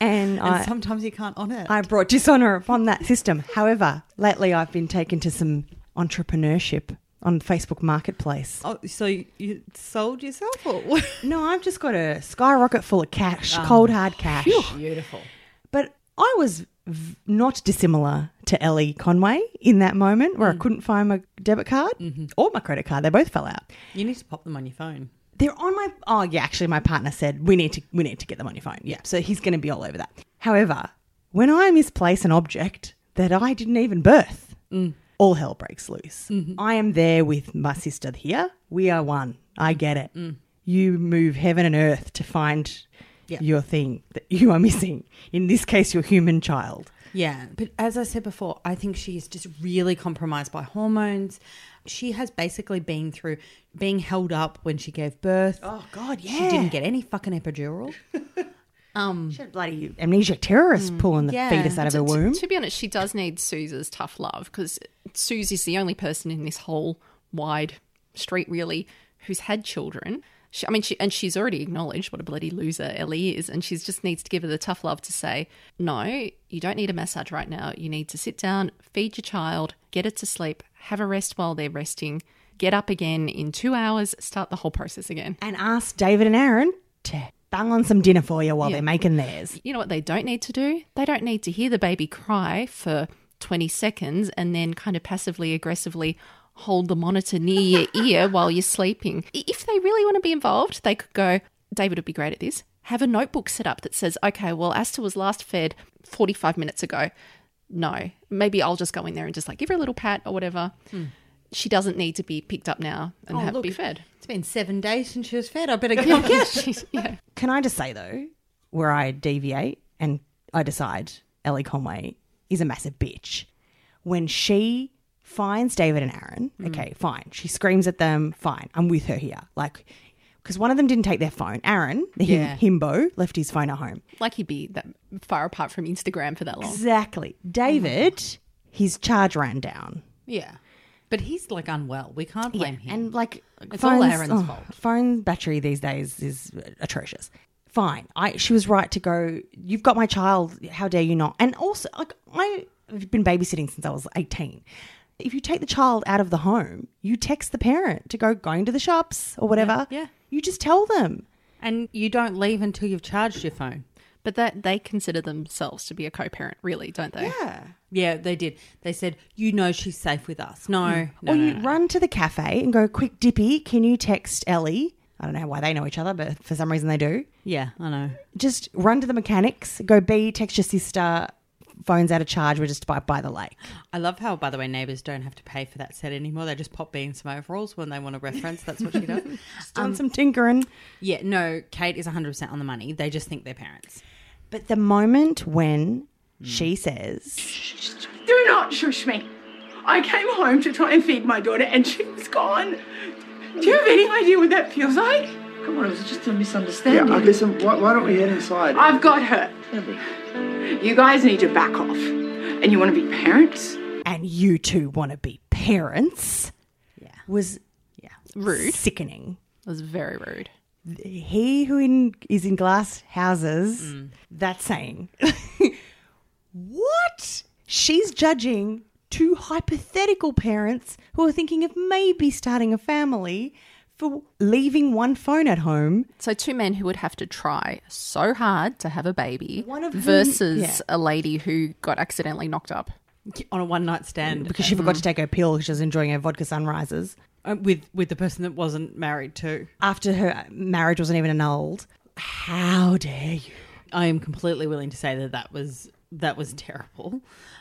And, And I, sometimes you can't on it. I brought dishonor upon that system. However, lately I've been taken to some entrepreneurship on Facebook Marketplace. oh, so you, you sold yourself? Or what? No, I've just got a skyrocket full of cash, cold hard cash. Beautiful. But I was v- not dissimilar to Ellie Conway in that moment where I couldn't find my debit card or my credit card. They both fell out. You need to pop them on your phone. They're on my. Oh yeah, actually, my partner said we need to we need to get them on your phone. Yeah, so he's going to be all over that. However, when I misplace an object that I didn't even birth, all hell breaks loose. I am there with my sister here. We are one. I get it. You move heaven and earth to find Yeah. your thing that you are missing. In this case, your human child. Yeah, but as I said before, I think she is just really compromised by hormones. She has basically been through being held up when she gave birth. Oh God, She didn't get any fucking epidural. bloody amnesia terrorist pulling the Yeah. fetus out of her To- womb. To, be honest, she does need Suze's tough love because Suze is the only person in this whole wide street, really, who's had children. She, I mean, she and she's already acknowledged what a bloody loser Ellie is, and she just needs to give her the tough love to say, "No, you don't need a massage right now. You need to sit down, feed your child, get it to sleep, have a rest while they're resting, get up again in two hours, start the whole process again." And ask David and Aaron to bang on some dinner for you while Yeah. they're making theirs. You know what they don't need to do? They don't need to hear the baby cry for 20 seconds and then kind of passively aggressively hold the monitor near your ear while you're sleeping. I- If they really want to be involved, they could go, David would be great at this. Have a notebook set up that says, okay, well, Asta was last fed 45 minutes ago. No, maybe I'll just go in there and just like give her a little pat or whatever. She doesn't need to be picked up now and Hmm. Oh, have look. be fed. It's been seven days since she was fed. I better go and get it. Can I just say though, where I deviate and I decide Ellie Conway is a massive bitch. When she finds David and Aaron, okay, fine. She screams at them, fine. I'm with her here. Like, because one of them didn't take their phone. Aaron, the him- Yeah. himbo, left his phone at home. Like he'd be that far apart from Instagram for that long. Exactly. David, his charge ran down. Yeah. But he's like unwell. We can't blame him. And like, it's all phones- Aaron's oh, fault. Phone battery these days is atrocious. Fine, I she was right to go. You've got my child. How dare you not? And also, like I've been babysitting since I was eighteen. If you take the child out of the home, you text the parent to go going to the shops or whatever. Yeah, yeah. you just tell them. And you don't leave until you've charged your phone. But that they consider themselves to be a co-parent, really, don't they? Yeah. Yeah, they did. They said, you know she's safe with us. No, no, Mm. or no, you no. run to the cafe and go, quick, Dippy, can you text Ellie? I don't know why they know each other, but for some reason they do. Yeah, I know. just run to the mechanics, go B, text your sister, phone's out of charge, we're just by, by the lake. I love how, by the way, neighbours don't have to pay for that set anymore. They just pop B in some overalls when they want a reference. That's what she does. Done some tinkering. yeah, no, Kate is 100% on the money. They just think they're parents. But the moment when she says, Do not shush me. I came home to try and feed my daughter and she was gone. Do you have any idea what that feels like? Come on, it was just a Yeah, misunderstanding. uh, listen, why, why don't we head inside? I've got her. You guys need to back off. And you want to be parents? and you two want to be parents, yeah. was yeah. rude. Sickening. It was very rude. He who in, is in glass houses, that saying. what? She's judging two hypothetical parents who are thinking of maybe starting a family for leaving one phone at home So two men who would have to try so hard to have a baby One of whom- versus yeah. a lady who got accidentally knocked up. On a one night stand. because she forgot to take her pill because she was enjoying her vodka sunrises Uh, with, with the person that wasn't married to. after her marriage wasn't even annulled. How dare you? I am completely willing to say that that was that was terrible.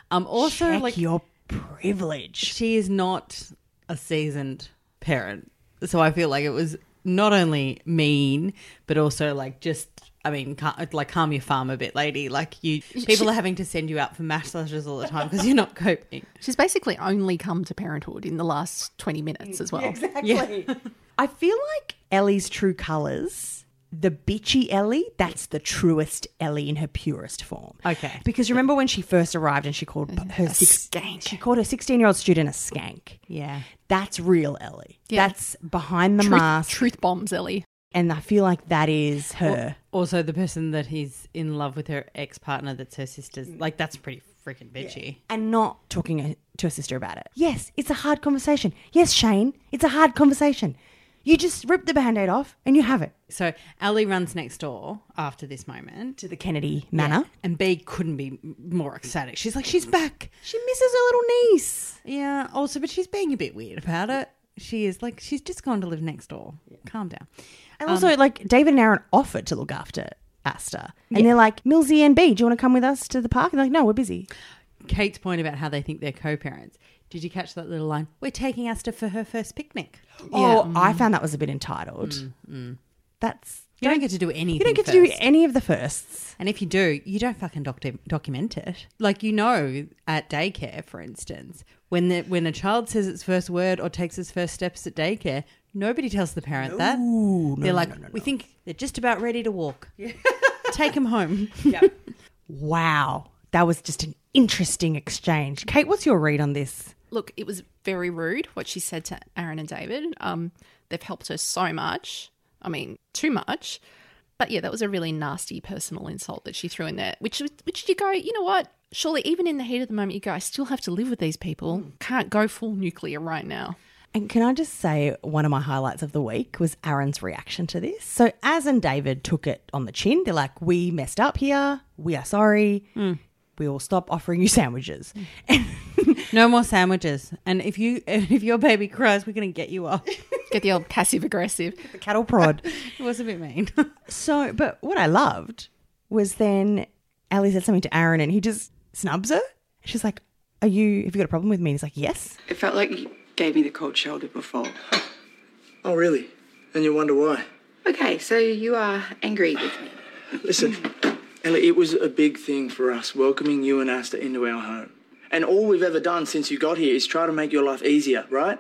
Um, also, Check like your privilege, she is not a seasoned parent, so I feel like it was not only mean but also like just. I mean, ca- like calm your farm a bit, lady. Like you, people are having to send you out for massages all the time because you're not coping. She's basically only come to parenthood in the last 20 minutes as well. Exactly. I feel like Ellie's true colors, the bitchy Ellie, that's the truest Ellie in her purest form. Okay. Because remember when she first arrived and she called her six, skank. She called her sixteen-year-old student a skank. Yeah. That's real Ellie. Yeah. That's behind the Truth- mask. Truth bombs Ellie. And I feel like that is her. Al- Also, the person that he's in love with, her ex partner, that's her sister's. Like that's pretty freaking bitchy. and not talking to her sister about it. Yes, it's a hard conversation. Yes, Shane, it's a hard conversation. You just rip the band aid off and you have it. So Ellie runs next door after this moment to the Kennedy Manor. and B couldn't be m- more ecstatic. She's like, she's back. She misses her little niece. Yeah. Also, but she's being a bit weird about it. She is like, she's just gone to live next door. Calm down. And Um, also, like, David and Aaron offered to look after Asta. And they're like, Millsy and B, do you want to come with us to the park? And they're like, no, we're busy. Kate's point about how they think they're co-parents. Did you catch that little line? We're taking Asta for her first picnic. Oh, Yeah. Mm. I found that was a bit entitled. That's You don't get to do anything. you don't get to do first. any of the firsts. And if you do, you don't fucking docu- document it. Like you know, at daycare, for instance, when the when a child says its first word or takes its first steps at daycare, nobody tells the parent that. No, They're no, like, no, no, we think they're just about ready to walk. Take them home. Wow, that was just an interesting exchange. Kate, what's your read on this? Look, it was very rude what she said to Aaron and David. Um, they've helped her so much. I mean, too much. But yeah, that was a really nasty personal insult that she threw in there, which which you go, you know what? Surely, even in the heat of the moment, you go, I still have to live with these people. Can't go full nuclear right now. And can I just say, one of my highlights of the week was Aaron's reaction to this. So, Az and David took it on the chin. They're like, we messed up here. We are sorry. Mm. We will stop offering you sandwiches. no more sandwiches. And if you if your baby cries, we're going to get you off. Get the old passive aggressive cattle prod. it was a bit mean. so, but what I loved was then Ali said something to Aaron and he just snubs her. She's like, Are you, have you got a problem with me? And he's like, Yes. It felt like you gave me the cold shoulder before. Oh, really? And you wonder why? Okay, so you are angry with me. Listen, Ellie, it was a big thing for us welcoming you and Asta into our home. And all we've ever done since you got here is try to make your life easier, right?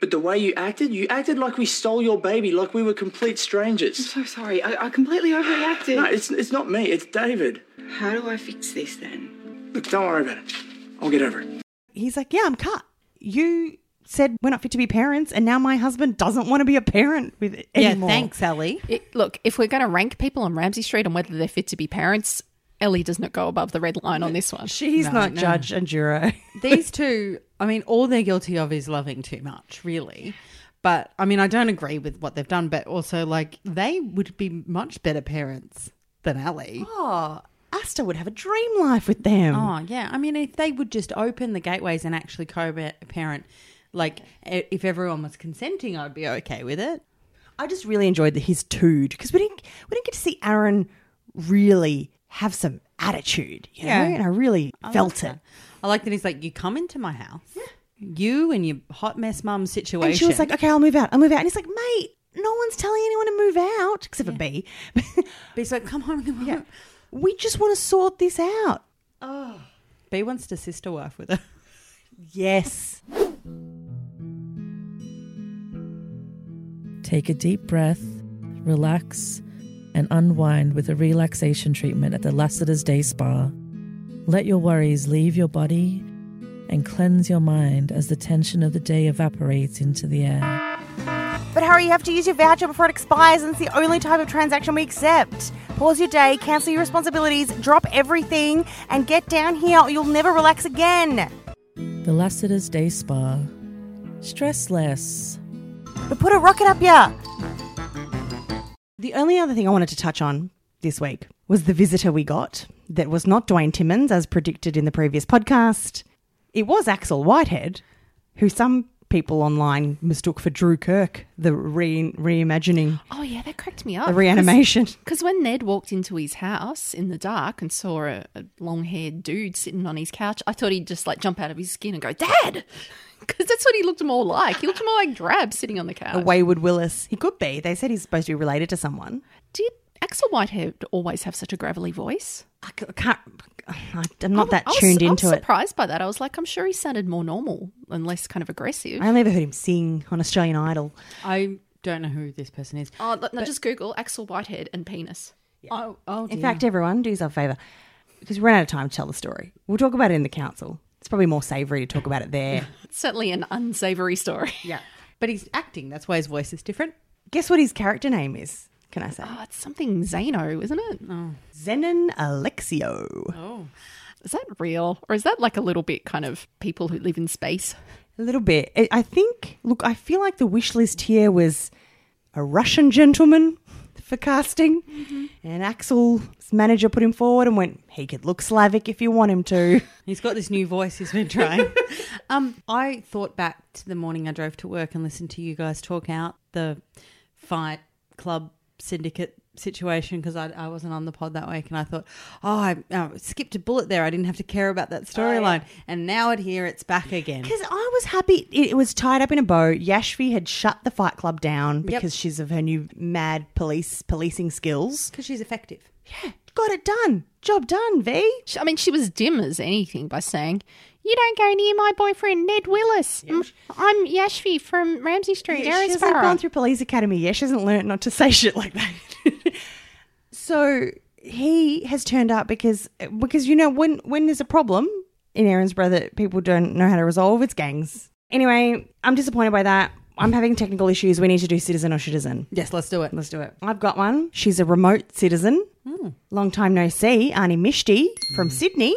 But the way you acted, you acted like we stole your baby, like we were complete strangers. I'm so sorry. I, I completely overreacted. No, it's, it's not me, it's David. How do I fix this then? Look, don't worry about it. I'll get over it. He's like, Yeah, I'm cut. You said we're not fit to be parents. And now my husband doesn't want to be a parent with anymore. Ellie. look, if we're going to rank people on Ramsey Street on whether they're fit to be parents, Ellie does not go above the red line on this one. She's not judge and juror. These two, I mean, all they're guilty of is loving too much, really. But I mean, I don't agree with what they've done, but also, like, they would be much better parents than Ali. Oh, Asta would have a dream life with them. Oh, yeah. I mean, if they would just open the gateways and actually co parent, like, i- if everyone was consenting, I'd be okay with it. I just really enjoyed the, his tude because we didn't we didn't get to see Aaron really have some attitude, you know. Yeah. And I really I felt like it. that. I like that he's like, you come into my house, you and your hot mess mum situation. And she was like, "Okay, I'll move out. I'll move out." And he's like, "Mate, no one's telling anyone to move out except for B." but he's like, "Come home, come home." Yeah. We just want to sort this out. oh. B wants to sister wife with her. Yes. Take a deep breath, relax, and unwind with a relaxation treatment at the Lassiter's Day Spa. Let your worries leave your body and cleanse your mind as the tension of the day evaporates into the air. But hurry, you have to use your voucher before it expires, and it's the only type of transaction we accept. Pause your day, cancel your responsibilities, drop everything, and get down here, or you'll never relax again. The Lassiter's Day Spa. Stress less. But put a rocket up ya. The only other thing I wanted to touch on this week was the visitor we got that was not Dwayne Timmons, as predicted in the previous podcast. It was Axel Whitehead, who some people online mistook for Drew Kirk, the re- reimagining. Oh yeah, that cracked me up. The reanimation. Because when Ned walked into his house in the dark and saw a, a long-haired dude sitting on his couch, I thought he'd just like jump out of his skin and go, "Dad," because that's what he looked more like. He looked more like Drab sitting on the A couch. wayward Willis. He could be. They said he's supposed to be related to someone. Did Axel Whitehead always have such a gravelly voice? Oh, I c- I can't. I'm not that I was- tuned into I was it. surprised by that. I was like, I'm sure he sounded more normal and less kind of aggressive. I only ever heard him sing on Australian Idol. I don't know who this person is. Oh, look, no, just Google Axel Whitehead and penis. Oh, oh In fact, everyone, do yourself a favour because we ran out of time to tell the story. We'll talk about it in the council. It's probably more savoury to talk about it there. certainly an unsavory story. Yeah. But he's acting. That's why his voice is different. Guess what his character name is? Can I say? Oh, it's something Zeno, isn't it? Oh. Zenon Alexio. Oh. Is that real? Or is that like a little bit kind of people who live in space? A little bit. I- I think, look, I feel like the wish list here was a Russian gentleman for casting. And Axel's manager put him forward and went, he could look Slavic if you want him to. He's got this new voice he's been trying. um, I thought back to the morning I drove to work and listened to you guys talk out the fight club syndicate situation because I, I wasn't on the pod that week and I thought, oh, I, I skipped a bullet there. I didn't have to care about that Oh, storyline. And now it here, it's back again. Because I was happy it, it was tied up in a bow. Yashvi had shut the fight club down because she's of her new mad police policing skills. Because she's effective. Yeah. Got it done. Job done, V. She- I mean, she was dim as anything by saying, You don't go near my boyfriend, Ned Willis. Mm, I'm Yashvi from Ramsey Street, Yeah, she hasn't Erinsborough." gone through police academy yet. She hasn't learnt not to say shit like that. so he has turned up because because you know when when there's a problem in Aaron's brother, people don't know how to resolve. It's gangs. Anyway, I'm disappointed by that. I'm having technical issues. We need to do citizen or citizen. Yes, let's do it. Let's do it. I've got one. She's a remote citizen. Long time no see. Arnie Mishti from Sydney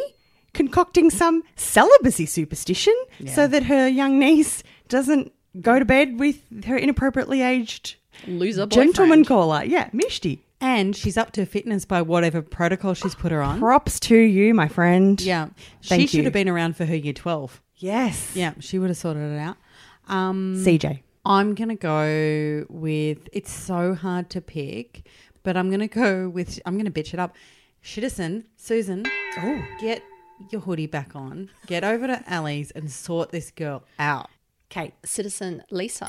concocting some celibacy superstition so that her young niece doesn't go to bed with her inappropriately aged loser gentleman caller. Yeah, Mishti. And she's up to her fitness by whatever protocol she's put her on. Props to you, my friend. Yeah. Thank she should you. have been around for her year 12. Yes. Yeah, she would have sorted it out. Um, CJ. I'm going to go with, it's so hard to pick, but I'm going to go with, I'm going to bitch it up. Shitterson, Susan, oh. get your hoodie back on. Get over to Ali's and sort this girl out. Kate. Citizen Lisa.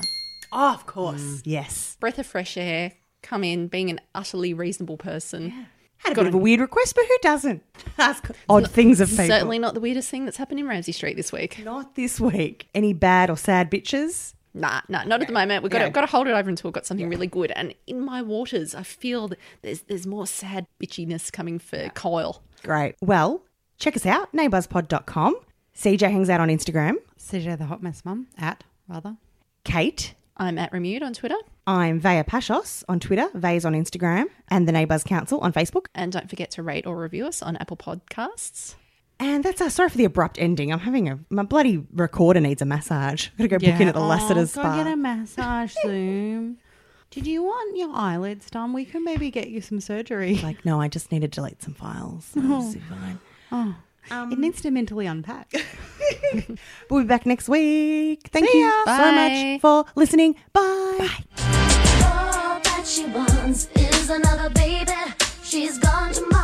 Oh, of course. Yes. Breath of fresh air. Come in, being an utterly reasonable person. Had a Got bit of a it. weird request, but who doesn't? Ask odd things of people. Certainly not the weirdest thing that's happened in Ramsey Street this week. Not this week. Any bad or sad bitches? Nah, nah, not at the moment. We've got, No. to, got to hold it over until we've got something really good. And in my waters, I feel that there's there's more sad bitchiness coming for Kyle. Great. Well, check us out, neighbourspod.com. CJ hangs out on Instagram. CJ the Hot Mess Mum, at rather. Kate. I'm at Remude on Twitter. I'm Vaya Pashos on Twitter, Vaya's on Instagram, and the Neighbours Council on Facebook. And don't forget to rate or review us on Apple Podcasts. And that's our sorry for the abrupt ending. I'm having a my bloody recorder needs a massage. Gotta go book in at the Lassiter's Oh, go Spa. get a massage soon. Did you want your eyelids done? We can maybe get you some surgery. Like, no, I just need to delete some files. Oh. It's fine. oh, it needs to mentally unpack. We'll be back next week. Thank See you ya. so Bye. much for listening. Bye. All that she wants is another baby. She's gone tomorrow.